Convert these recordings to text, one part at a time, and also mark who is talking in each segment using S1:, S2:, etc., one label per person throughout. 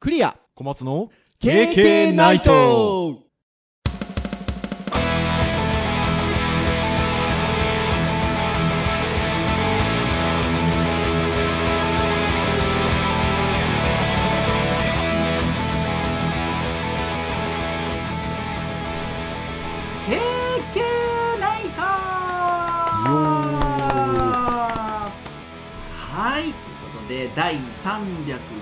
S1: クリア
S2: 小松の
S1: KK ナイト
S3: ナイトはいということで第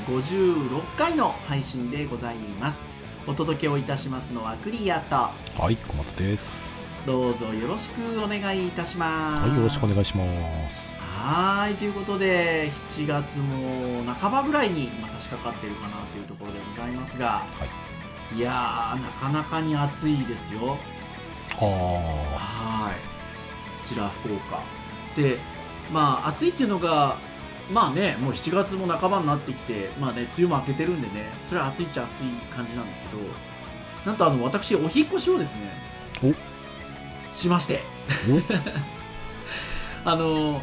S3: 356回の配信でございますお届けをいたしますのはクリアと
S4: はい、小松です。
S3: どうぞよろしくお願いいたします
S4: はい、よろしくお願いします。
S3: はいということで7月も半ばぐらいに今差し掛かっているかなというところでございますが、、
S4: はい
S3: やーなかなかに暑いですよ
S4: あ
S3: はいこちら福岡でまあ暑いっていうのがまあねもう7月も半ばになってきてまあね梅雨も明けてるんでねそれは暑いっちゃ暑い感じなんですけどなんとあの私お引っ越しをですねしまして あの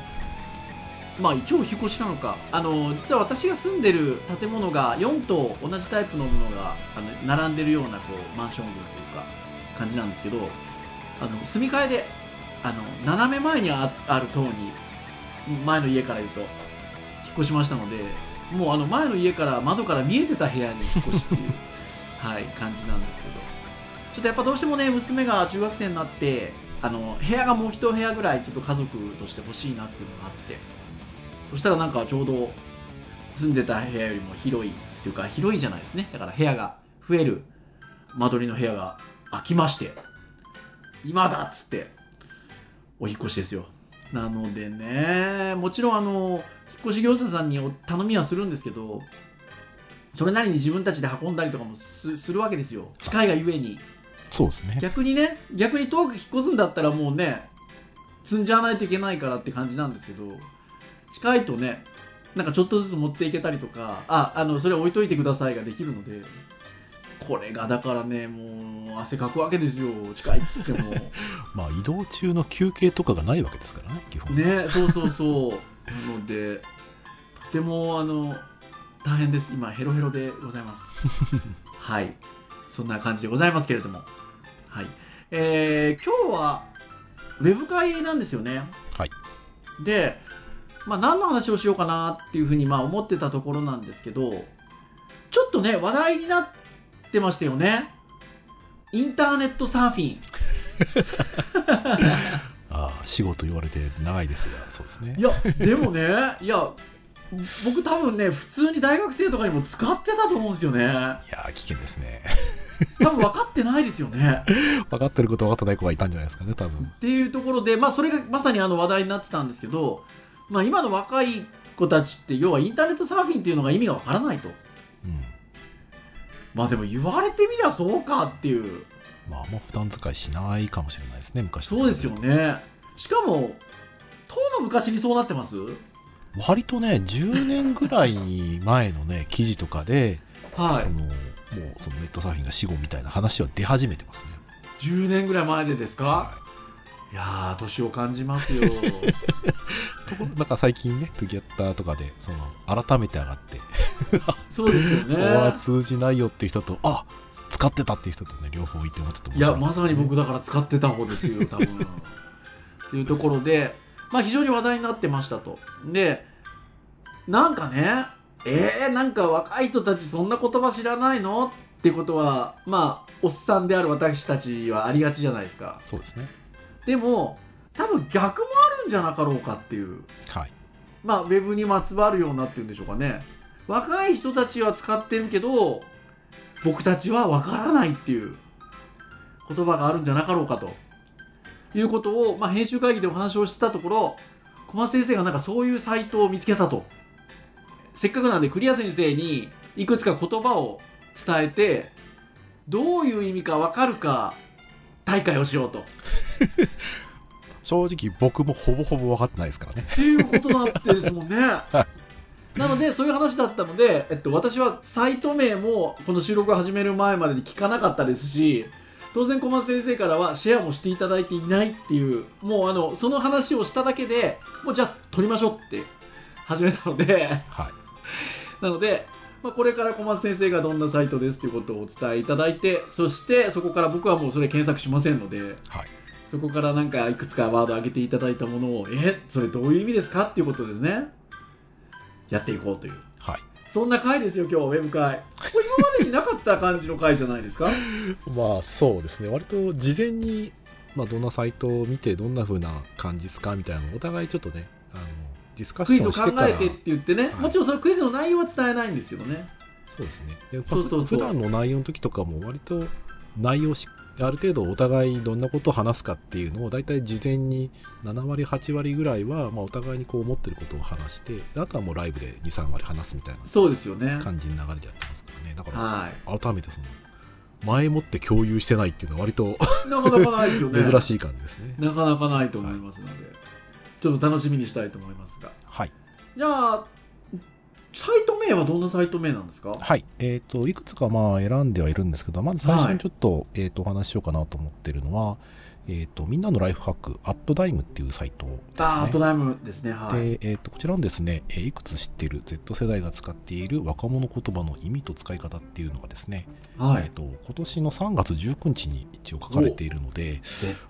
S3: まあ一応お引っ越しなのかあの実は私が住んでる建物が4棟同じタイプのものがあの並んでるようなこうマンション群というか感じなんですけどあの住み替えであの斜め前にあある棟に前の家から言うと引っ越しましたのでもうあの前の家から窓から見えてた部屋に引っ越しっていうはい感じなんですけどちょっとやっぱどうしてもね娘が中学生になってあの部屋がもう一部屋ぐらいちょっと家族として欲しいなっていうのがあってそしたらなんかちょうど住んでた部屋よりも広いっていうか広いじゃないですねだから部屋が増える間取りの部屋が空きまして今だっつってお引っ越しですよなのでねもちろんあの引っ越し業者さんにお頼みはするんですけどそれなりに自分たちで運んだりとかもすするわけですよ近いがゆえに
S4: あ、そうですね。
S3: 逆にね逆に遠く引っ越すんだったらもうね積んじゃわないといけないからって感じなんですけど近いとねなんかちょっとずつ持っていけたりとかああのそれ置いといてくださいができるのでこれがだからねもう汗かくわけですよ近いっつっても
S4: まあ、移動中の休憩とかがないわけですからね、基本。
S3: ねそうそう そうなのでとてもあの大変です今ヘロヘロでございます はいそんな感じでございますけれどもはいえー今日はウェブ会なんですよね
S4: はい
S3: でまあ何の話をしようかなっていうふうにまあ思ってたところなんですけどちょっとね話題になってましたよねインターネットサーフィン
S4: ああ、死後と言われて長いですが、そうですね
S3: い。や、でもね、いや、僕多分ね、普通に大学生とかにも使ってたと思うんですよね。
S4: いやー、危険ですね。
S3: 多分分かってないですよね。
S4: 分かってること分かってない子がいたんじゃないですかね、多分
S3: っ。ていうところで、まあ、それがまさにあの話題になってたんですけど、まあ、今の若い子たちって、要はインターネットサーフィンっていうのが意味が分からないと。
S4: うん。
S3: まあでも言われてみりゃそうかっていう。
S4: まあ、あんま普段使いしないかもしれないですね、昔と
S3: そうですよ。ね。しかも、当の昔にそうなってます
S4: 割とね、10年ぐらい前のね、 記事とかで、
S3: は
S4: そ
S3: い。
S4: の、もう、そのネットサーフィンが死後みたいな話は出始めてますね。
S3: 10年ぐらい前でですか
S4: はい
S3: やー、年を感じます よ。
S4: いところなんか最近ね、トゥギャッターとかで、その、改めて上がって、
S3: そうですよね。
S4: そこは通じないよっていう人と、あ使ってたっていう人とね、両方いてもちょっと面
S3: い
S4: 白
S3: や、まさに僕
S4: だ。
S3: だから使ってた方ですよ、多分。というところで、まあ非常に話題になってましたと。で、なんかね、えー、なんか若い人たちそんな言葉知らないのってことは、まあ、おっさんである私たちはありがちじゃないですか。
S4: そうですね。
S3: でも、多分逆もあるんじゃなかろうかっていう。
S4: はい。
S3: まあ、ウェブにまつわるようになってるんでしょうかね。若い人たちは使ってるけど、僕たちはわからないっていう言葉があるんじゃなかろうかと。いうことを、まあ、編集会議でお話をしてたところ、小松先生がなんかそういうサイトを見つけたと。せっかくなんでクリア先生にいくつか言葉を伝えて、どういう意味かわかるか大会をしようと。
S4: 正直僕もほぼほぼ分かってないですからね。
S3: っていうことなんですもんね。なのでそういう話だったので、えっと、私はサイト名もこの収録を始める前までに聞かなかったですし当然小松先生からはシェアもしていただいていないっていうもうあのその話をしただけでもうじゃあ撮りましょうって始めたので
S4: はい。
S3: なので、ままあ、これから小松先生がどんなサイトですということをお伝えいただいてそしてそこから僕はもうそれ検索しませんので、
S4: はい
S3: そこからなんかいくつかワード上げていただいたものをえそれどういう意味ですかっていうことでねやっていこうという
S4: はい。
S3: そんな回ですよ今日ウェブ会これ今までになかった感じの回じゃないです か
S4: まあそうですね、割と事前に、まあ、どんなサイトを見て、どんな風な感じですかみたいなのをお互いちょっとね、あのディスカッシ
S3: クイズ
S4: ョ
S3: を
S4: ンし
S3: 考
S4: てから、
S3: えてって言ってね、
S4: はい
S3: もちろんそのクイズの内容は伝えないんですけどね
S4: そうですね、でまあ
S3: そうそうそう
S4: 普段の内容の時とかも、割と内容し、ある程度お互いどんなことを話すかっていうのを、大体事前に7割、8割ぐらいは、まあ、お互いにこう思ってることを話して、あとはもうライブで2、3割話すみたい
S3: そうですよね
S4: な感じの流れでやってますからね、だか
S3: は
S4: ら改めてその、前もって共有してないっていうのは、割と
S3: いなかなかないですよね
S4: 珍しい感じですね。
S3: なかなかないと思いますので、ちょっと楽しみにしたいと思いますが
S4: はい
S3: じゃあサイト名はどんなサイト名なんですか
S4: はい、えー、といくつかまあ選んではいるんですけど、まず最初
S3: はい
S4: にちょっと,、えー、とお話ししようかなと思ってるのは、えーと、みんなのライフハック、アットダイムっていうサイトですね。
S3: あーアットダイムですねはい
S4: でえー、とこちらのですね、えーいくつ知っている Z 世代が使っている若者言葉の意味と使い方っていうのがですね、
S3: は
S4: えー、
S3: い
S4: と今年の3月19日に一応書かれているので、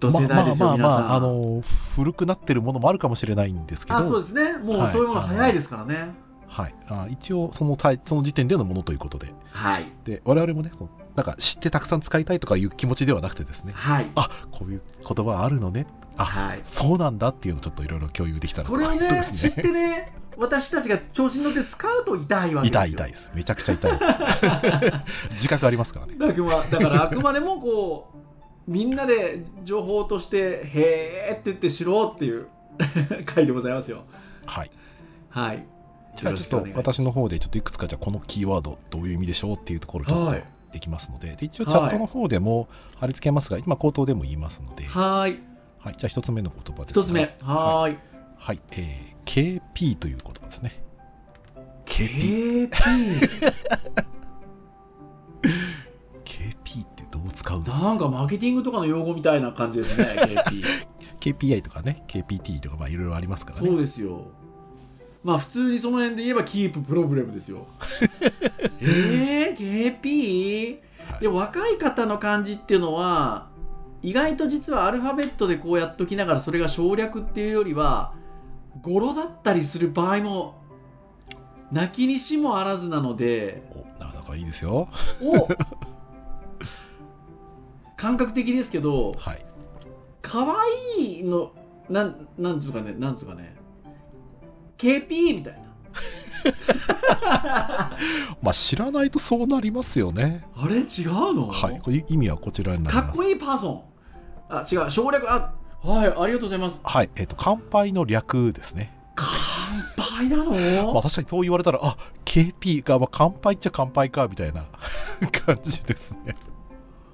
S3: Z 世代ですよ、
S4: まあまあまあ、
S3: 皆さん
S4: あの古くなってるものもあるかもしれないんですけど、
S3: あそうですねもう
S4: はい
S3: そういうもの早いですからね
S4: はい、あ一応そのタイその時点でのものということで、
S3: はい
S4: で我々もねそのなんか知ってたくさん使いたいとかいう気持ちではなくてですね
S3: はい
S4: あこういう言葉あるのねあ
S3: はい
S4: そうなんだっていうのをちょっといろいろ共有できたら
S3: それを
S4: と
S3: ね
S4: そうで
S3: 知
S4: す
S3: っ
S4: ね
S3: てね私たちが調子に乗って使うと痛いわけですよ
S4: 痛い痛いですめちゃくちゃ痛いです自覚あります からね
S3: だからだからあくまでもこうみんなで情報として「へーって言って知ろうっていう 回でございますよ
S4: はい
S3: はい
S4: じゃあちょっと私の方でちょっといくつかじゃあこのキーワードどういう意味でしょうっていうところをちょっ
S3: は
S4: と
S3: い
S4: できますので,、で一応チャットの方でも貼り付けますが、今口頭でも言いますので、はい
S3: はい
S4: じゃあ一つ目の言葉ですが
S3: 一つ目はーい
S4: はい、えー KP という言葉ですね
S3: KP
S4: KP ってどう使うの
S3: なんかマーケティングとかの用語みたいな感じですね KP
S4: KPI とかね KPT とかまあいろいろありますから
S3: そう
S4: ね
S3: ですよまあ普通にその辺で言えばキーププロブレムです よえー KP?
S4: はい
S3: でも若い方の漢字っていうのは意外と実はアルファベットでこうやっときながらそれが省略っていうよりは語呂だったりする場合も泣きにしもあらずなので
S4: おなかなかいいですよ
S3: お 感覚的ですけど
S4: はい
S3: 可愛いのなんなんつうかねなんつうかね KP みたいな
S4: まあ知らないとそうなりますよね
S3: あれ違うの、
S4: はいこれ意味はこちらになり
S3: か
S4: ます
S3: っこいいパーソンあ違う省略あはいありがとうございます
S4: はいえっ、と乾杯の略ですね、
S3: 乾杯なの、
S4: まあ、確かにそう言われたらあ KP が、まあ、乾杯っちゃ乾杯かみたいな 感じですね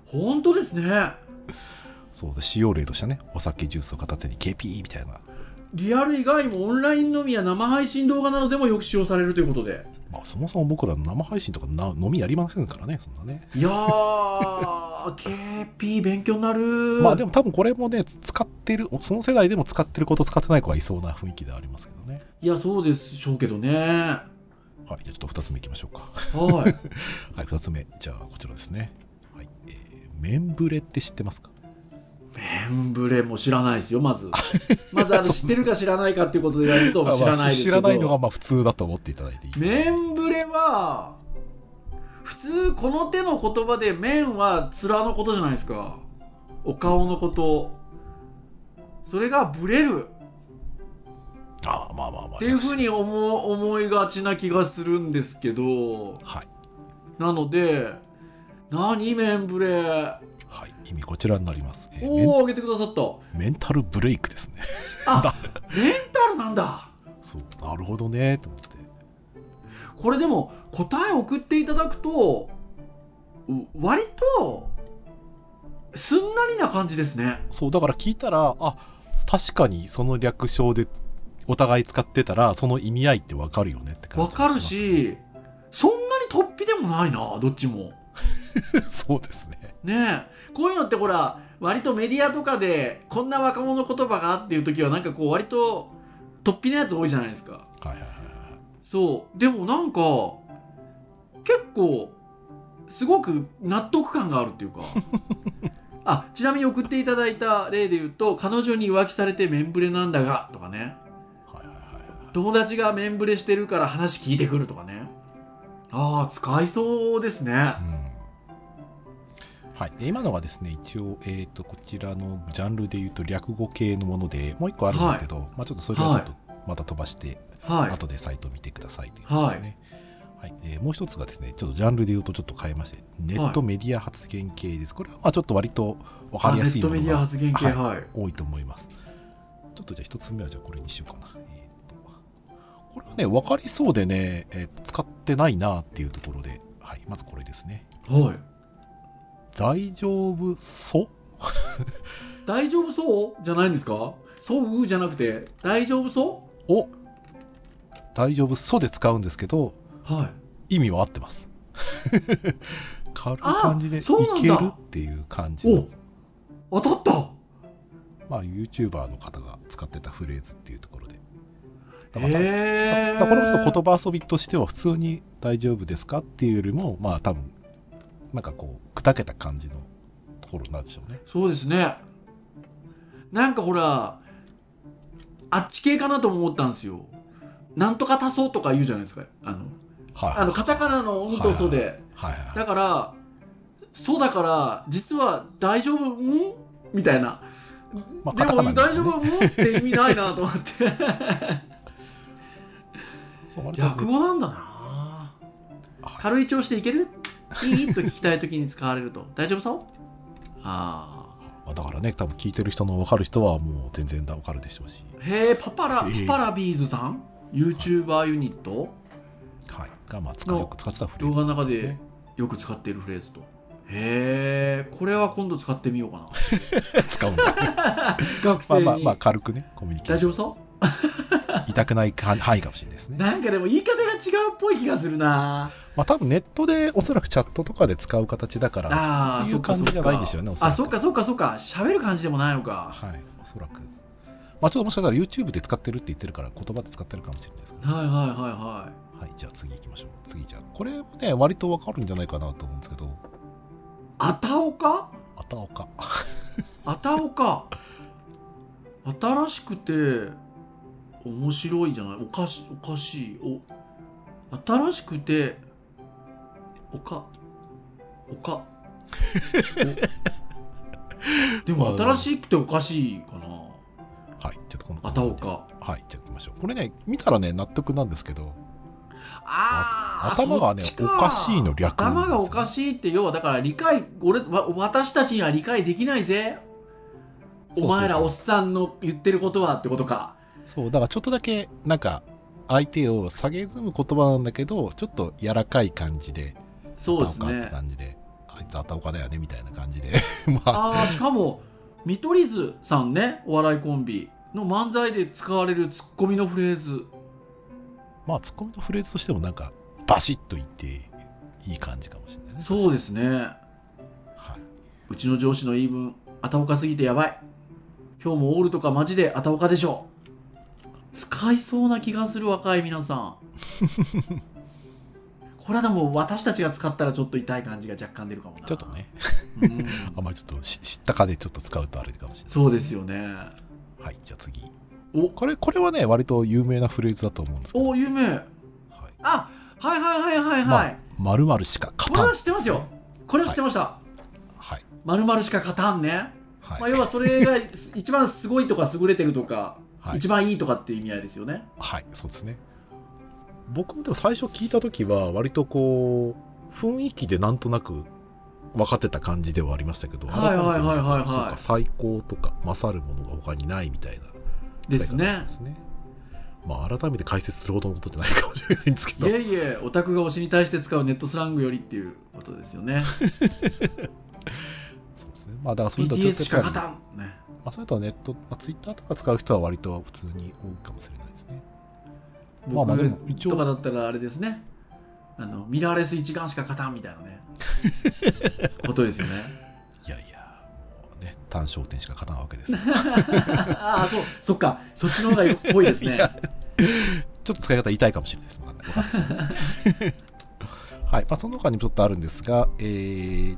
S3: 本当ですね
S4: そうで使用例としてねお酒ジュースを片手に KP みたいな
S3: リアル以外にもオンライン飲みや生配信動画などでもよく使用されるということで
S4: まあそもそも僕らの生配信とかな飲みやりませんからねそんなね
S3: いや ー KP 勉強になる
S4: まあでも多分これもね使ってるその世代でも使ってること使ってない子はいそうな雰囲気ではありますけどね
S3: いやそうでしょうけどねは
S4: はい、じゃあちょっと2つ目いきましょうか。
S3: い
S4: はい、2つ目、じゃあこちらですね。はい、えーメンブレって知ってますか
S3: メンブレも知らないですよま ずまずあの知ってるか知らないかっていうことでやると知らないですけど
S4: あまあ知らないのがまあ普通だと思っていただいていい。
S3: 面ぶれは普通この手の言葉で面は面のことじゃないですかお顔のことそれがブレる
S4: ああ、まあまあまあ。
S3: っていうふうに思う思いがちな気がするんですけど
S4: はい、
S3: なので何面ぶれ
S4: はい、意味こちらになります。えーメン
S3: おお上げてくださった
S4: メンタルブレイクですね。
S3: あメンタルなんだ
S4: そう、なるほどね、と思って。
S3: これでも答え送っていただくとう割とすんなりな感じですね
S4: そう、だから聞いたら、あ確かにその略称でお互い使ってたら、その意味合いってわかるよねって感
S3: わ
S4: じ
S3: かる。しそんなに突飛でもないなどっちも
S4: そうですね。
S3: ねえこういうのってほら割とメディアとかでこんな若者言葉がっていう時はなんかこう割と突飛なやつ多いじゃないですか
S4: はいはいはいはい。
S3: そうでもなんか結構すごく納得感があるっていうかあちなみに送っていただいた例で言うと彼女に浮気されてメンブレなんだがとかね
S4: はいはいはいはい
S3: 友達がメンブレしてるから話聞いてくるとかねああ使いそうですね
S4: うんはい、で今のはですね一応、えー、とこちらのジャンルでいうと略語系のものでもう一個あるんですけど、まあ、ちょっとそれはちょっとまた飛ばして、
S3: はい
S4: 後でサイト見てくださいということですね、はいえーもう一つがですねちょっとジャンルで言うとちょっと変えましてネットメディア発言系です、これはまあちょっと割と分か
S3: あ
S4: り
S3: ネ
S4: やす
S3: ッ
S4: い
S3: ト
S4: も
S3: メ
S4: の
S3: ディア
S4: が
S3: 発言系
S4: は
S3: はいい、
S4: 多いと思いますちょっとじゃあ一つ目はじゃあこれにしようかな、えーとこれはね分かりそうでね、えーと使ってないなっていうところで、はい、まずこれですね
S3: はい、
S4: 大丈夫そう
S3: 大丈夫そうじゃないんですかそうじゃなくて大丈夫そ
S4: を大丈夫そうで使うんですけど
S3: うはい
S4: 意味は合ってます 軽い感じでい
S3: あそうなん
S4: け
S3: だ
S4: るっていう感じの
S3: お当たった
S4: まあ YouTuber の方が使ってたフレーズっていうところでだから
S3: ええ
S4: まあこれもちょっと言葉遊びとしては普通に「大丈夫ですか?」っていうよりもまあ多分なんかこう砕けた感じのところなんでしょうね
S3: そうですねなんかほらあっち系かなとも思ったんですよなんとか足そうとか言うじゃないですかあの
S4: はい
S3: あのカタカナの「うん」と「そ」で、
S4: はいはい
S3: だから「そうだから実は大丈夫ん?」みたいな、
S4: まあ
S3: で
S4: カタカ
S3: も
S4: ナに
S3: 「
S4: ね
S3: 大丈夫ん?」って意味ないなと思って
S4: そう割と
S3: 略語なんだな
S4: はい
S3: 軽い調子でいけるいいと聞きたい時に使われると大丈夫そうああ
S4: まあ、だからね多分聞いてる人の分かる人はもう全然分かるでしょうし、
S3: へえパパラ、
S4: えー
S3: パパラビーズさん YouTuber ユニット
S4: はい、がまあ使う
S3: の
S4: よく使ってたフレー
S3: 動
S4: ズ
S3: 画の中
S4: す
S3: で
S4: ね
S3: よく使っているフレーズとへえこれは今度使ってみようかな
S4: 使うん だ
S3: 学
S4: ま
S3: 生
S4: あ
S3: に、
S4: まあまあ軽くねコミュニケー
S3: 大
S4: シ
S3: 丈
S4: ョ
S3: 夫
S4: ン
S3: そ
S4: 痛くないか範囲かもしれないです
S3: う
S4: ね
S3: なんかでも言い方が違うっぽい気がするな
S4: まあ多分ネットでおそらくチャットとかで使う形だから
S3: ああ
S4: そういう感じじゃないんでしょうねおそら
S3: あ
S4: く
S3: そっかそっかそっか喋る感じでもないのか
S4: はいおそらくまあちょっともしかしたら YouTube で使ってるって言ってるから言葉で使ってるかもしれないですけど、
S3: はいはいはいは
S4: はい、じゃあ次行きましょう次じゃあこれもね割と分かるんじゃないかなと思うんですけど
S3: いあたおか
S4: あたおか
S3: あたおか新しくて面白いじゃないおかしおかしいお新しくておかお かおでも新しくておかしいかな
S4: はいちょっとこの
S3: あたおか
S4: はいじゃあ行きましょうこれね見たらね納得なんですけど
S3: あー
S4: 頭がね
S3: そっち
S4: おかしいの略なんですよ
S3: 頭がおかしいって要はだから理解俺わ私たちには理解できないぜ
S4: そうそうそう
S3: お前らおっさんの言ってることはってことか
S4: そうだからちょっとだけなんか相手を下げずむ言葉なんだけどちょっと柔らかい感じで
S3: そうです
S4: あたおかっ
S3: ね
S4: て感じであいつあたおかだよねみたいな感じで まあ
S3: ああしかも見取り図さんねお笑いコンビの漫才で使われるツッコミのフレーズ
S4: まあツッコミのフレーズとしてもなんかバシッと言っていい感じかもしれないね
S3: そうですね
S4: はいう
S3: ちの上司の言い分あたおかすぎてやばい今日もオールとかマジであたおかでしょ使いそうな気がする若い皆さん これはでも私たちが使ったらちょっと痛い感じが若干出るかもな
S4: ちょっとね
S3: うん
S4: あんまりちょっとし知ったかでちょっと使うとあれかもしれない
S3: そうですよね
S4: はいじゃあ次
S3: お
S4: これこれはね割と有名なフレーズだと思うんですけど
S3: お有名
S4: はい
S3: あはいはいはいはいはい、
S4: まあまるまるしか勝
S3: これ
S4: たん
S3: は知ってますよこれは知ってました、
S4: はい
S3: まるまるしか勝たんね、
S4: はい、
S3: まあ、要はそれが一番すごいとか優れてるとか、
S4: はい
S3: 一番いいとかっていう意味合いですよね
S4: はい、そうですね。僕もでも最初聞いたときは、割とこう、雰囲気でなんとなく分かってた感じではありましたけど、
S3: はいはいはいはいはい
S4: 改めてそうか最高とか、勝るものが他にないみたいな。
S3: です
S4: 使い方
S3: ね
S4: ですね。まあ、改めて解説するほどのことじゃないかもしれないんですけ
S3: い
S4: ど、
S3: えいえオタクが推しに対して使うネットスラングよりっていうことですよ ね
S4: そうですね。まあ、だからそういうのはちょっ
S3: BTS
S4: と
S3: しか
S4: やっぱ
S3: 勝
S4: り
S3: たん、ね、
S4: まあ、それとはネット、まあ、ツイッターとか使う人は割と普通に多いかもしれないですね。まあまあでも
S3: 僕
S4: 一応
S3: とかだったらあれですねあのミラーレス一眼しか勝たんみたいな ねことですよね
S4: いやいや、もうね、単焦点しか勝たないわけですよ。
S3: ああそうそっかそっちの方がよっ ぽいです
S4: い
S3: ね
S4: やちょっと使い方痛いかもしれないです。わかんない。わかんないですはいまあ、その他にもちょっとあるんですが、えー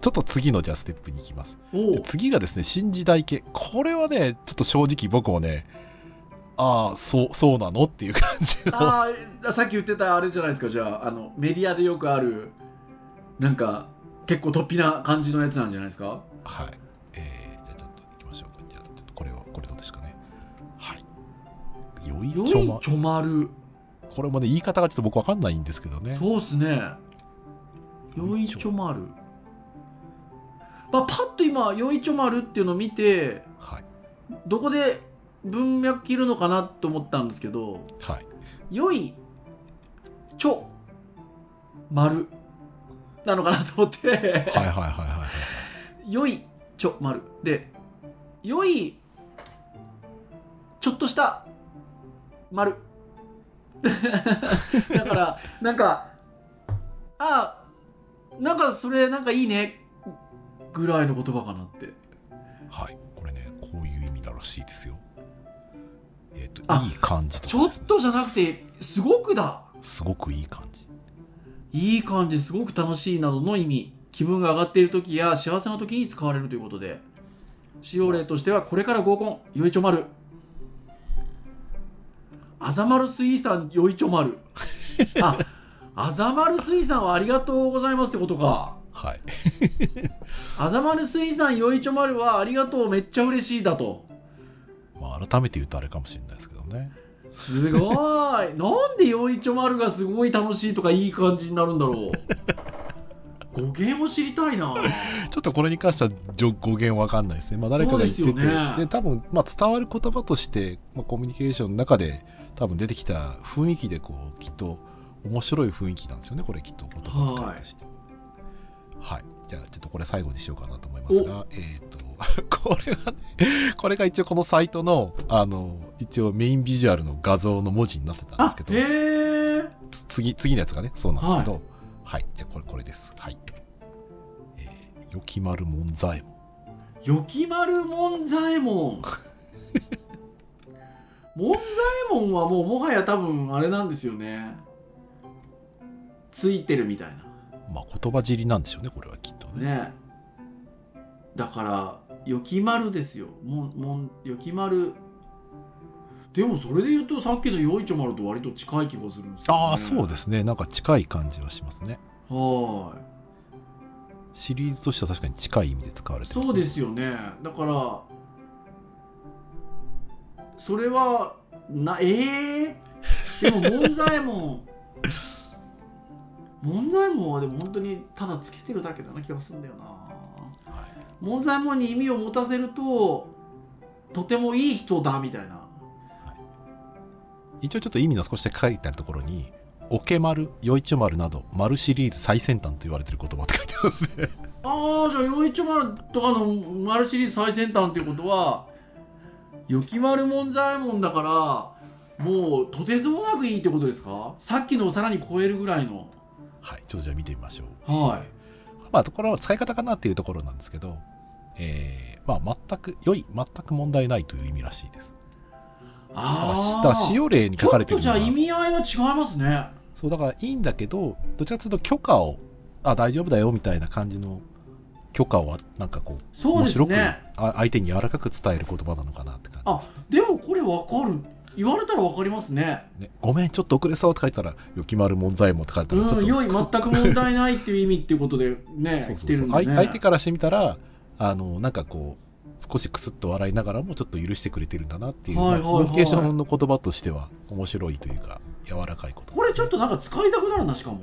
S4: ちょっと次のじゃあステップに行きます。
S3: お
S4: で
S3: う
S4: 次がですね、新時代系。これはね、ちょっと正直僕もね、ああ、そう、そうなのっていう感じの。
S3: あーさっき言ってたあれじゃないですかじゃああのメディアでよくあるなんか結構突飛な感じのやつなんじゃないですか
S4: はい。えー、じゃあちょっと行きましょうか。じゃあちょっとこれは、これどうですかね。はい。よい
S3: よ
S4: ちょ
S3: い
S4: ま。
S3: ちょまる
S4: これもね、言い方がちょっと僕わかんないんですけどね。
S3: そうっすねよいちょまるまあ、パッと今「よいちょまる」っていうのを見て
S4: はい。
S3: どこで文脈切るのかなと思ったんですけど
S4: はい。
S3: 良いちょ丸なのかなと思って
S4: はいはいはいはい。
S3: 良いちょ丸で良いちょっとした丸 だからなんかあなんかそれなんかいいねぐらいの言葉かなって
S4: はい。これね、こういう意味だらしいですよ。えっ、と
S3: あ、
S4: いい感じと
S3: ち
S4: か
S3: ょ
S4: で
S3: っ
S4: すね
S3: とじゃなくてすごくだ
S4: すごくいい感じ。
S3: いい感じすごく楽しいなどの意味気分が上がっている時や幸せな時に使われるということで使用例としてはこれから合コンよいちょ丸あざまる水産よいちょ丸ああざまる水産はありがとうございますってことか
S4: はい。
S3: あざまる水産よいちょ丸はありがとうめっちゃ嬉しいだと
S4: まあ、改めて言うとあれかもしれないですけどね。
S3: すごーいなんでよいちょ丸がすごい楽しいとかいい感じになるんだろう語源を知りたいな
S4: ちょっとこれに関してはじょ語源わかんないですね。まあ、誰かが言って
S3: そ
S4: て、
S3: うですよね
S4: で多分、まあ、伝わる言葉として、まあ、コミュニケーションの中で多分出てきた雰囲気でこうきっと面白い雰囲気なんですよね、これきっと言葉遣いとして。はい、じゃあちょっとこれ最後にしようかなと思いますが、えっ、と、 これはね、これが一応このサイトの、あの、一応メインビジュアルの画像の文字になってたんですけど、
S3: あへえ
S4: つ次次のやつがねそうなんですけどはい、じゃあこれこれですはいえー、よきまるもんざえも
S3: よきまる門左衛 門門左衛門はもうもはや多分あれなんですよねついてるみたい
S4: まあ言葉尻なんでしょうねこれはきっとね
S3: なねだからよきまるですよもんもんよきまるでもそれで言うとさっきのよいちょまると割と近い気がするんですよ、ね、
S4: ああそうですすねなんか近い感じはしますね
S3: はーい
S4: シリーズとしては確かに近い意味で使われてますね
S3: そうですよねだからそれはなえー、でも 門左衛門門左衛門はでも本当にただつけてるだけだな気がするんだよな
S4: は
S3: 門左衛門に意味を持たせるととてもいい人だみたいない
S4: 一応ちょっと意味の少しだけ書いてあるところに「おけまる」「よいちょまる」など「丸シリーズ最先端」と言われてる言葉って書いてます ね
S3: ああじゃあ陽一丸とかの丸シリーズ最先端っていうことはよき丸門左衛門だからもうとてつもなくいいってことですかさっきのをさらに超えるぐらいの
S4: はいちょっとじゃあ見てみましょう
S3: は
S4: まあ、ところは使い方かなっていうところなんですけど、えーまあ、全く良い全く問題ないという意味らしいです。
S3: い
S4: だから
S3: あ
S4: だから使
S3: あ
S4: 用例に
S3: ち
S4: 書
S3: ょ
S4: か
S3: っ
S4: れて
S3: と
S4: る
S3: じ
S4: の
S3: ゃ
S4: は
S3: あ意味合いは違いますね
S4: そうだからいいんだけどどちらかというと許可をあ大丈夫だよみたいな感じの許可をなんかこう
S3: そう
S4: 面
S3: です
S4: 白く
S3: ね
S4: あ相手に柔らかく伝える言葉なのかなって感じ。
S3: でもこれわかる言われたらわかりますね
S4: ね、ごめんちょっと遅れそうって書いたら「よきまるもんざいも」って書いたらちょっと
S3: うん良い 全く問題ないっていう意味っていうことでね
S4: そうそ
S3: 来
S4: う
S3: て
S4: そ
S3: る
S4: うん相
S3: で
S4: 相手
S3: ね
S4: からしてみたらあのなんかこう少しくすっと笑いながらもちょっと許してくれてるんだなっていう、
S3: はいはいはい
S4: まあコミュニケーションの言葉としては面白いというか柔らかいこと
S3: これちょっとなんか使いたくなるなしか も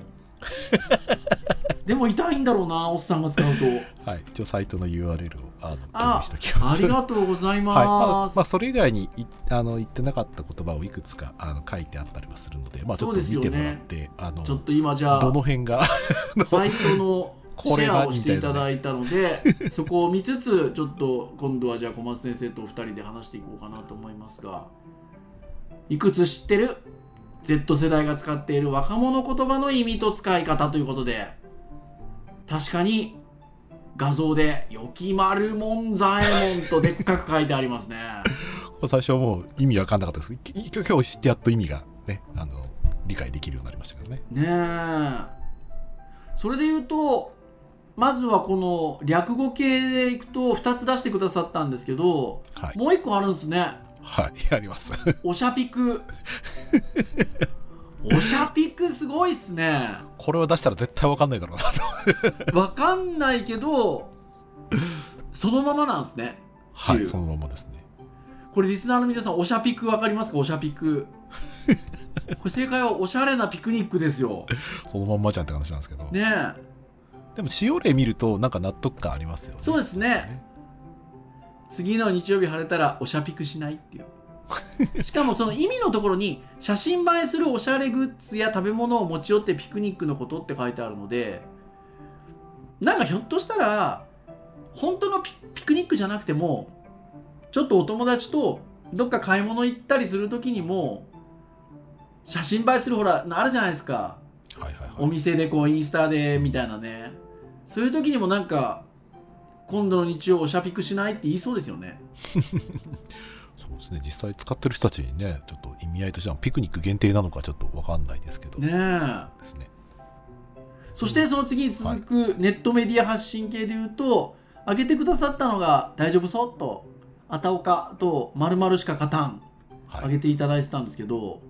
S3: でも痛いんだろうなおっさんが使う と
S4: はい一応サイトの URL をあの
S3: あ
S4: 共有しておきます
S3: ありがとうござい
S4: はいま
S3: ま
S4: あ
S3: す。
S4: まあ、それ以外にいあの言ってなかった言葉をいくつかあの書いてあったりもするので、まあ、ちょっと見てもらって、あの
S3: ちょ
S4: ど
S3: っと今じゃあ
S4: の辺が
S3: サイトのシ
S4: これ
S3: ェア
S4: 何
S3: をしていただいたのでそこを見つつちょっと今度はじゃあ小松先生とお二人で話していこうかなと思いますがいくつ知ってる Z 世代が使っている若者言葉の意味と使い方ということで確かに画像で「よきまるもんざえもん」とでっかく書いてありますね。
S4: 最初はもう意味わかんなかったですけどい今日知ってやっと意味がねあの理解できるようになりましたけどね
S3: ねえそれで言うとまずはこの略語系でいくと2つ出してくださったんですけど
S4: はい、
S3: もう1個あるんです ね
S4: はい、あります。
S3: おしゃぴくおしゃぴくすごいっすね
S4: これは出したら絶対わかんないだろ うな。
S3: わかんないけどそのままなんですね
S4: は
S3: ってい
S4: い、
S3: う
S4: そのままですね。
S3: これリスナーの皆さんおしゃぴくわかりますかおしゃぴ くこれ正解はおしゃれなピクニックですよ
S4: そのまんまじゃんって話なんですけど。
S3: ねえ
S4: でも、使用例見ると、なんか納得感ありますよね。
S3: そうですね。次の日曜日晴れたらおしゃぴくしないっていうしかもその意味のところに写真映えするおしゃれグッズや食べ物を持ち寄ってピクニックのことって書いてあるのでなんかひょっとしたら本当のピピクニックじゃなくてもちょっとお友達とどっか買い物行ったりする時にも写真映えするほらあるじゃないですか
S4: はいはい
S3: お
S4: はい。
S3: 店でこうインスタでみたいなねそういう時にもなんか今度の日曜おしゃぴくしないって言いそうですよね
S4: そうですね。実際使ってる人たちにね、ちょっと意味合いとしては、ピクニック限定なのかちょっとわかんないですけど。
S3: ねえ
S4: ですね。
S3: そしてその次に続くネットメディア発信系で言うと上げてくださったのが「大丈夫そう?」と「あたおか」と「まるしか勝たん」
S4: は
S3: 上
S4: い。
S3: げていただいてたんですけど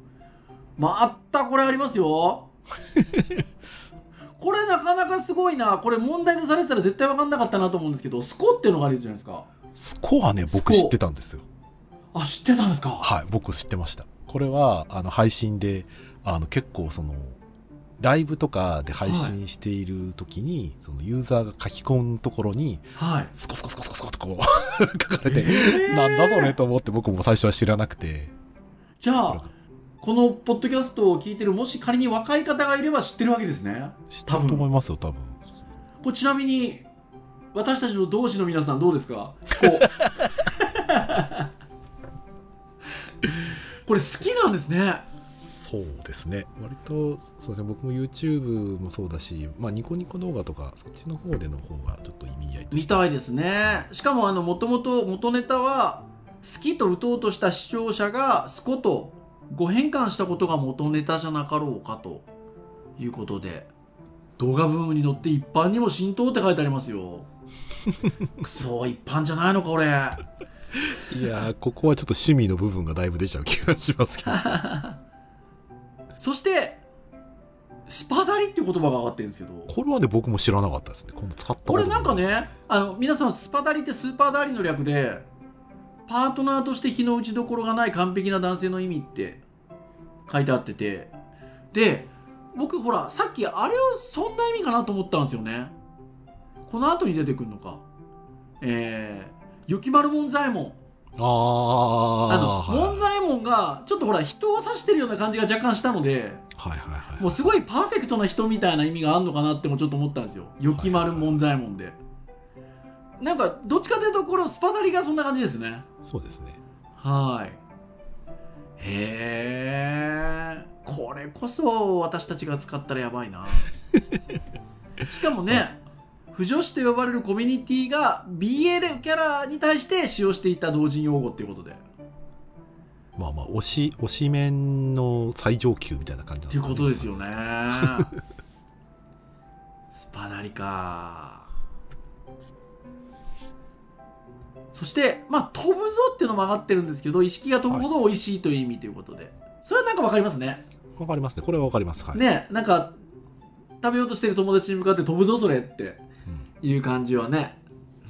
S3: またこれあります よこれなかなかすごいなこれ問題にされてたら絶対分かんなかったなと思うんですけどスコっていうのがあるじゃないですか
S4: スコはね、
S3: スコ
S4: 僕知ってたんですよ。
S3: あ知ってたんですか
S4: はい、僕知ってました。これは、あの、配信で、あの、結構その、ライブとかで配信している時に、そのユーザーが書き込むところに、
S3: はい。
S4: スコスコスコスコスコってこう 書かれて、
S3: えー
S4: なんだそれと思って僕も最初は知らなくて、
S3: じゃあこのポッドキャストを聞いてるもし仮に若い方がいれば知ってるわけですね
S4: 知ったと思いますよ、多分。
S3: これちなみに私たちの同志の皆さんどうですかスコこれ好きなんですね
S4: そうですね。割と、そうですね、僕も YouTube もそうだし、まあ、ニコニコ動画とか、そっちの方での方がちょっと意味合いと
S3: み
S4: して。
S3: たいですねしかもあの元々元ネタは好きと打とうとした視聴者がスコとご変換したことが元ネタじゃなかろうかということで動画ブームに乗って一般にも浸透って書いてありますよくそ一般じゃないのか俺
S4: いやー、ここはちょっと趣味の部分がだいぶ出ちゃう気がしますけど。
S3: そしてスパダリっていう言葉が上がってるんですけど
S4: これはね、僕も知らなかったですね。今度使った
S3: こ
S4: こと
S3: れなんか
S4: いです
S3: ね、あの皆さん、スパダリってスーパーダリの略で、パートナーとして日の打ちどころがない完璧な男性の意味って書いてあってて、で、僕、ほら、さっきあれをそんな意味かなと思ったんですよね。この後に出てくるのか。えー、雪丸門左衛門。あ
S4: ああ、
S3: の、
S4: はい、
S3: 門左衛門が、ちょっとほら、人を指してるような感じが若干したので、
S4: はいはいはい。
S3: もうすごいパーフェクトな人みたいな意味があるのかなってもちょっと思ったんですよ。よきまる門左衛門で。なんか、どっちかというと、このスパダリがそんな感じですね。
S4: そうですね。
S3: はい。へえ。これこそ私たちが使ったらやばいな。しかもね、不女子と呼ばれるコミュニティが BL キャラに対して使用していた同人用語っていうことで。
S4: まあまあ、推し、推し面の最上級みたいな感じなん
S3: っていうことですよ
S4: ね。
S3: ねスパダリかそしてまあ飛ぶぞっていうのも上がってるんですけど意識が飛ぶほど美味しいという意味ということで、それはなんかわかりますね、
S4: わかりますね。これはわかります。はい。
S3: ねなんか食べようとしてる友達に向かって飛ぶぞそれって
S4: うん
S3: いう感じはね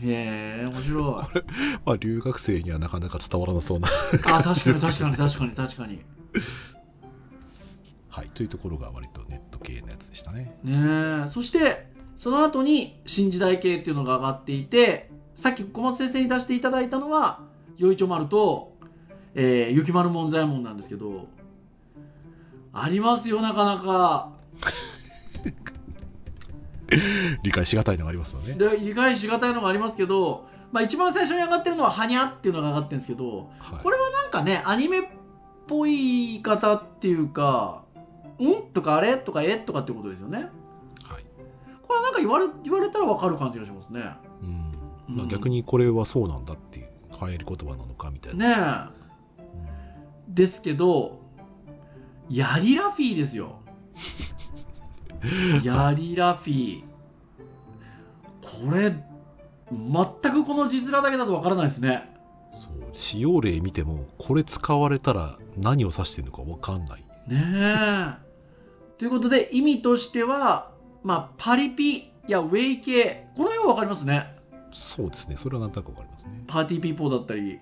S3: へえ面白 い
S4: まあ、留学生にはなかなか伝わらなそうな。
S3: あ確かに確かに確かに確かに
S4: はい。というところが割とネット系のやつでしたね。
S3: ねえそしてその後に新時代系っていうのが上がっていてさっき小松先生に出していただいたのは「よいちょ丸」と「えー、雪丸門左衛門」なんですけどありますよなかなか
S4: 理解しがたいのがありますよね。
S3: で理解しがたいのがありますけど、まあ、一番最初に上がってるのは「はにゃ」っていうのが上がってるんですけど
S4: はい。
S3: これはなんかねアニメっぽい方っていうか「ん?」とか「あれ?」とか「え?」とかってことですよね
S4: はい。
S3: これはなんか言われ言われたらわかる感じがしますね
S4: うん。
S3: う
S4: まあ、
S3: ん
S4: 逆にこれはそうなんだっていう、流行り言葉なのかみたいな。
S3: ねえ
S4: うん
S3: ですけどヤリラフィーですよヤリラフィこれ全くこの字面だけだとわからないですね
S4: そう使用例見てもこれ使われたら何を指してるのか分かんない
S3: ねえということで意味としては、まあ、パリピやウェイ系このようわかりますね
S4: そうですねそれは何となく分かりますね
S3: パーティーピーポーだったり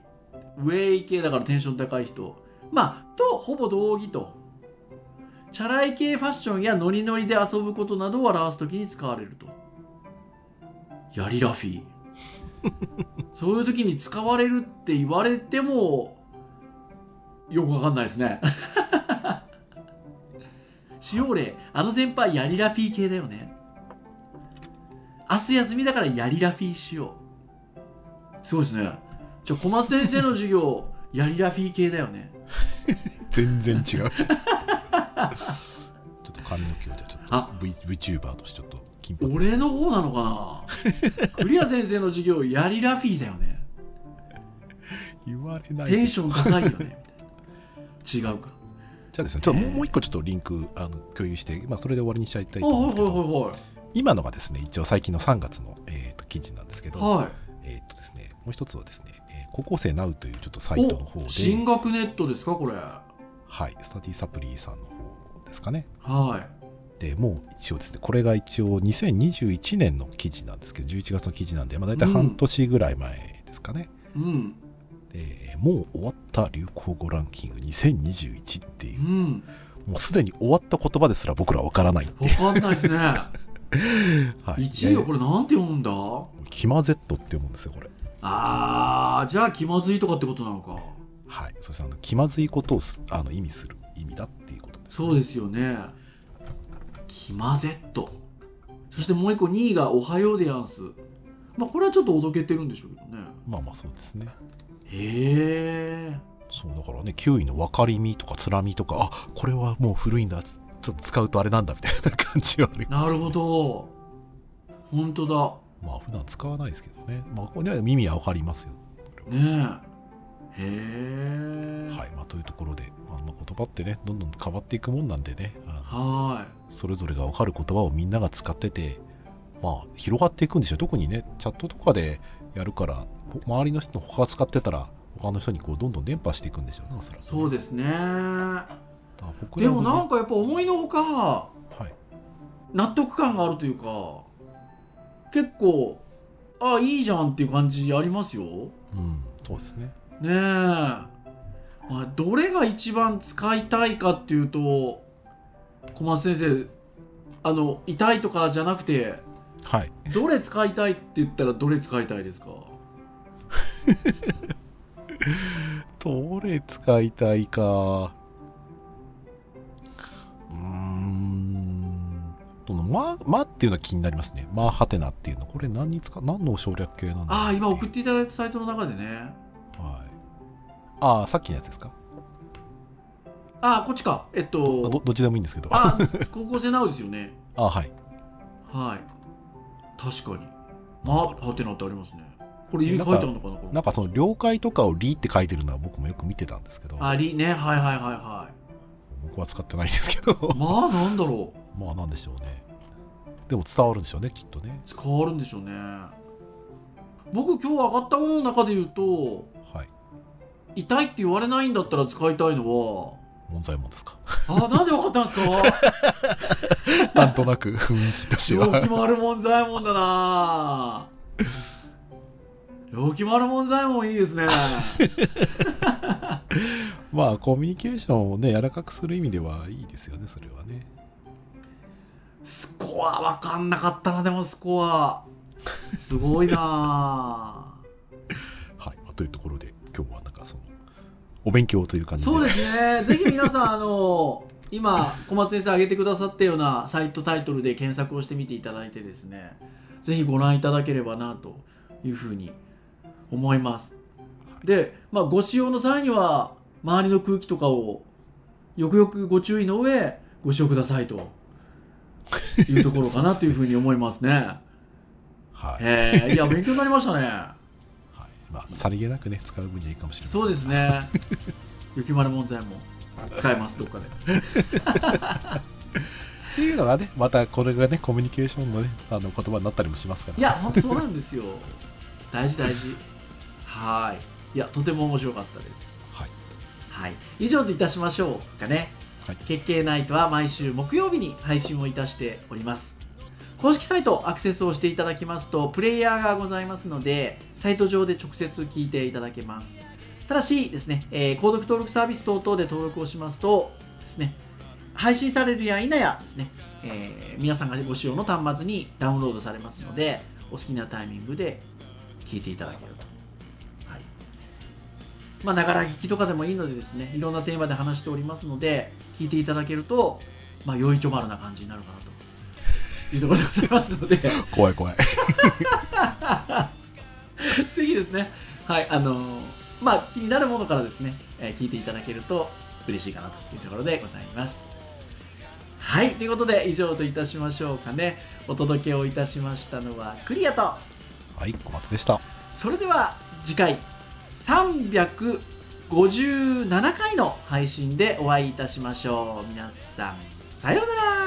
S3: ウェイ系だからテンション高い人まあとほぼ同義とチャラい系ファッションやノリノリで遊ぶことなどを表すときに使われるとやりラフィーそういう時に使われるって言われてもよくわかんないですね使用例あの先輩やりラフィー系だよね明日休みだからやりラフィーしようすごいですね。じゃあ、小松先生の授業、やりラフィー系だよね。
S4: 全然違うちょっと髪の毛をじゃあちょっ
S3: あ
S4: と v VTuber としてちょっと金髪
S3: 俺の方なのかなクリア先生の授業、やりラフィーだよね。
S4: 言われない
S3: テン
S4: でじ
S3: ション高いよね。みたいな違うか。
S4: ゃあですねちょっともうもう一個ちょっとリンクあの共有して、まあ、それで終わりにしちゃいたいと
S3: あ、
S4: 思うん
S3: はい
S4: ですけ
S3: はい
S4: ど
S3: は
S4: 今のがですね一応最近の3月の、えーと記事なんですけど、
S3: いはい。は
S4: えーとですね、もう一つはですね、えー高校生ナウというちょっとサイ
S3: い。
S4: トの方で
S3: お、進学ネットですか、これ。は
S4: はい、スタディサプリさんの方ですかね。
S3: い。
S4: でもう一応ですね、これが一応2021年の記事なんですけど、11月の記事なんで、まあ、大体半年ぐらい前ですかね、
S3: うん。
S4: でもう終わった流行語ランキング2021っていう
S3: う、ん。
S4: もうすでに終わった言葉ですら僕らわからないっていう。
S3: わかんないです ね。
S4: はい、
S3: 1位はこ
S4: れ。
S3: れなんて読むんだ
S4: キマゼットって読むんですよ、これ。
S3: あー、じゃあ気まずいとかってことなのか。
S4: はい、そしてあの気まずいことをすあの意味する意味だっていうことですね、
S3: そうですよね。キマゼット。そしてもう一個2位がおはようでやんす。まあこれはちょっとおどけてるんでしょうけどね。
S4: まあまあそうですね。
S3: へえ。
S4: そうだからね9位の分かりみとかつらみとかあこれはもう古いんだちょっと使うとあれなんだみたいな感じはあります
S3: なるほど。本当だ
S4: まあ普段使わないですけどねまあこれは耳は分かりますよ、。
S3: ねえ。へえ。
S4: はいまあというところで、まあ、まあ言葉ってねどんどん変わっていくもんなんでねあ
S3: は
S4: のそれぞれが分かる言葉をみんなが使っててまあ広がっていくんでしょう特にねチャットとかでやるからほ周りの人の他が使ってたら他の人にこいどんどん伝播していくんでしょうねおそら
S3: い。
S4: く
S3: そうですね。
S4: あ僕
S3: で
S4: ら
S3: も
S4: ね
S3: なんかやっぱ思いのほか、
S4: はい
S3: 納得感があるというか、結構、あ、いいじゃんっていう感じありますよ。
S4: うんそうですね
S3: ねえ、まあ、どれが一番使いたいかっていうと小松先生あの痛いとかじゃなくて
S4: はい
S3: どれ使いたいって言ったらどれ使いたいですか
S4: どれ使いたいか。うーん。このま、まっていうのは気になりますね。まあ、はてなっていうの。これ何に使う、何の省略形なんだろう
S3: ああ今送ってていただいたサイトの中でね
S4: いう。はい。ああ、さっきのやつですか。
S3: ああこっちかえっ
S4: ど
S3: と
S4: どっちでもいいんですけど。あ
S3: あ高校生なおですよね
S4: あはい。
S3: はい確かにまあはてなってありますねこれ意味書いてあるのかなこ
S4: な
S3: れ
S4: んかその了解とかをりって書いてるのは僕もよく見てたんですけど、
S3: ありねはいはいはいは
S4: 僕は使ってないんですけど
S3: い、まあなんだろう
S4: まあなんでしょうね。でも伝わるんでしょうね、きっとね。
S3: 使わるんでしょうね僕今日上がったものの中で言うと
S4: はい。
S3: 痛いって言われないんだったら使いたいのは
S4: 問題もんですか。
S3: あなぜ分かったんですか
S4: なんとなく雰囲気としては。
S3: 病気もあるもんざいもんだな病気もあるもんざいもんいいですね
S4: まあコミュニケーションをね柔らかくする意味ではいいですよねそれはね
S3: スコア分かんなかったなでもスコアすごいな
S4: はい、まあというところで今日はなんかそのお勉強という感じで
S3: そうですねぜひ皆さんあの 今小松先生挙げてくださったようなサイトタイトルで検索をしてみていただいてですねぜひご覧いただければなというふうに思いますで、まあ、ご使用の際には周りの空気とかをよくよくご注意の上ご使用くださいというところかなというふうに思います ね
S4: はい、はい
S3: へえいや勉強になりましたね
S4: まあ、さりげなくね使う分にはいいかもしれません
S3: そうですね雪丸門前も使えますどっかで
S4: っていうのがね、またこれがね、コミュニケーションのね、あの言葉になったりもしますから。
S3: いや、本当そうなんですよ。 大事大事。はーい。いや、とても面白かったです。
S4: はい。
S3: はい。以上といたしましょうかね。
S4: はい
S3: 月経ナイトは毎週木曜日に配信をいたしております。公式サイトアクセスをしていただきますと、プレイヤーがございますので、サイト上で直接聞いていただけます。ただしですね、えー購読登録サービス等々で登録をしますとですね、配信されるや否やですね、えー皆さんがご使用の端末にダウンロードされますので、お好きなタイミングで聞いていただけると。はい。まあ、ながら聞きとかでもいいのでですね、いろんなテーマで話しておりますので、聞いていただけると、まあ、よいちょまるな感じになるかなというところでございますので、
S4: 怖い怖い。
S3: ぜひですね、はい、あのーまあ、気になるものからですね、えー聞いていただけると嬉しいかなというところでございます。はい、ということで、以上といたしましょうかね。お届けをいたしましたのは、クリアと、
S4: はい、小松でした。
S3: それでは次回357回の配信でお会いいたしましょう皆さんさようなら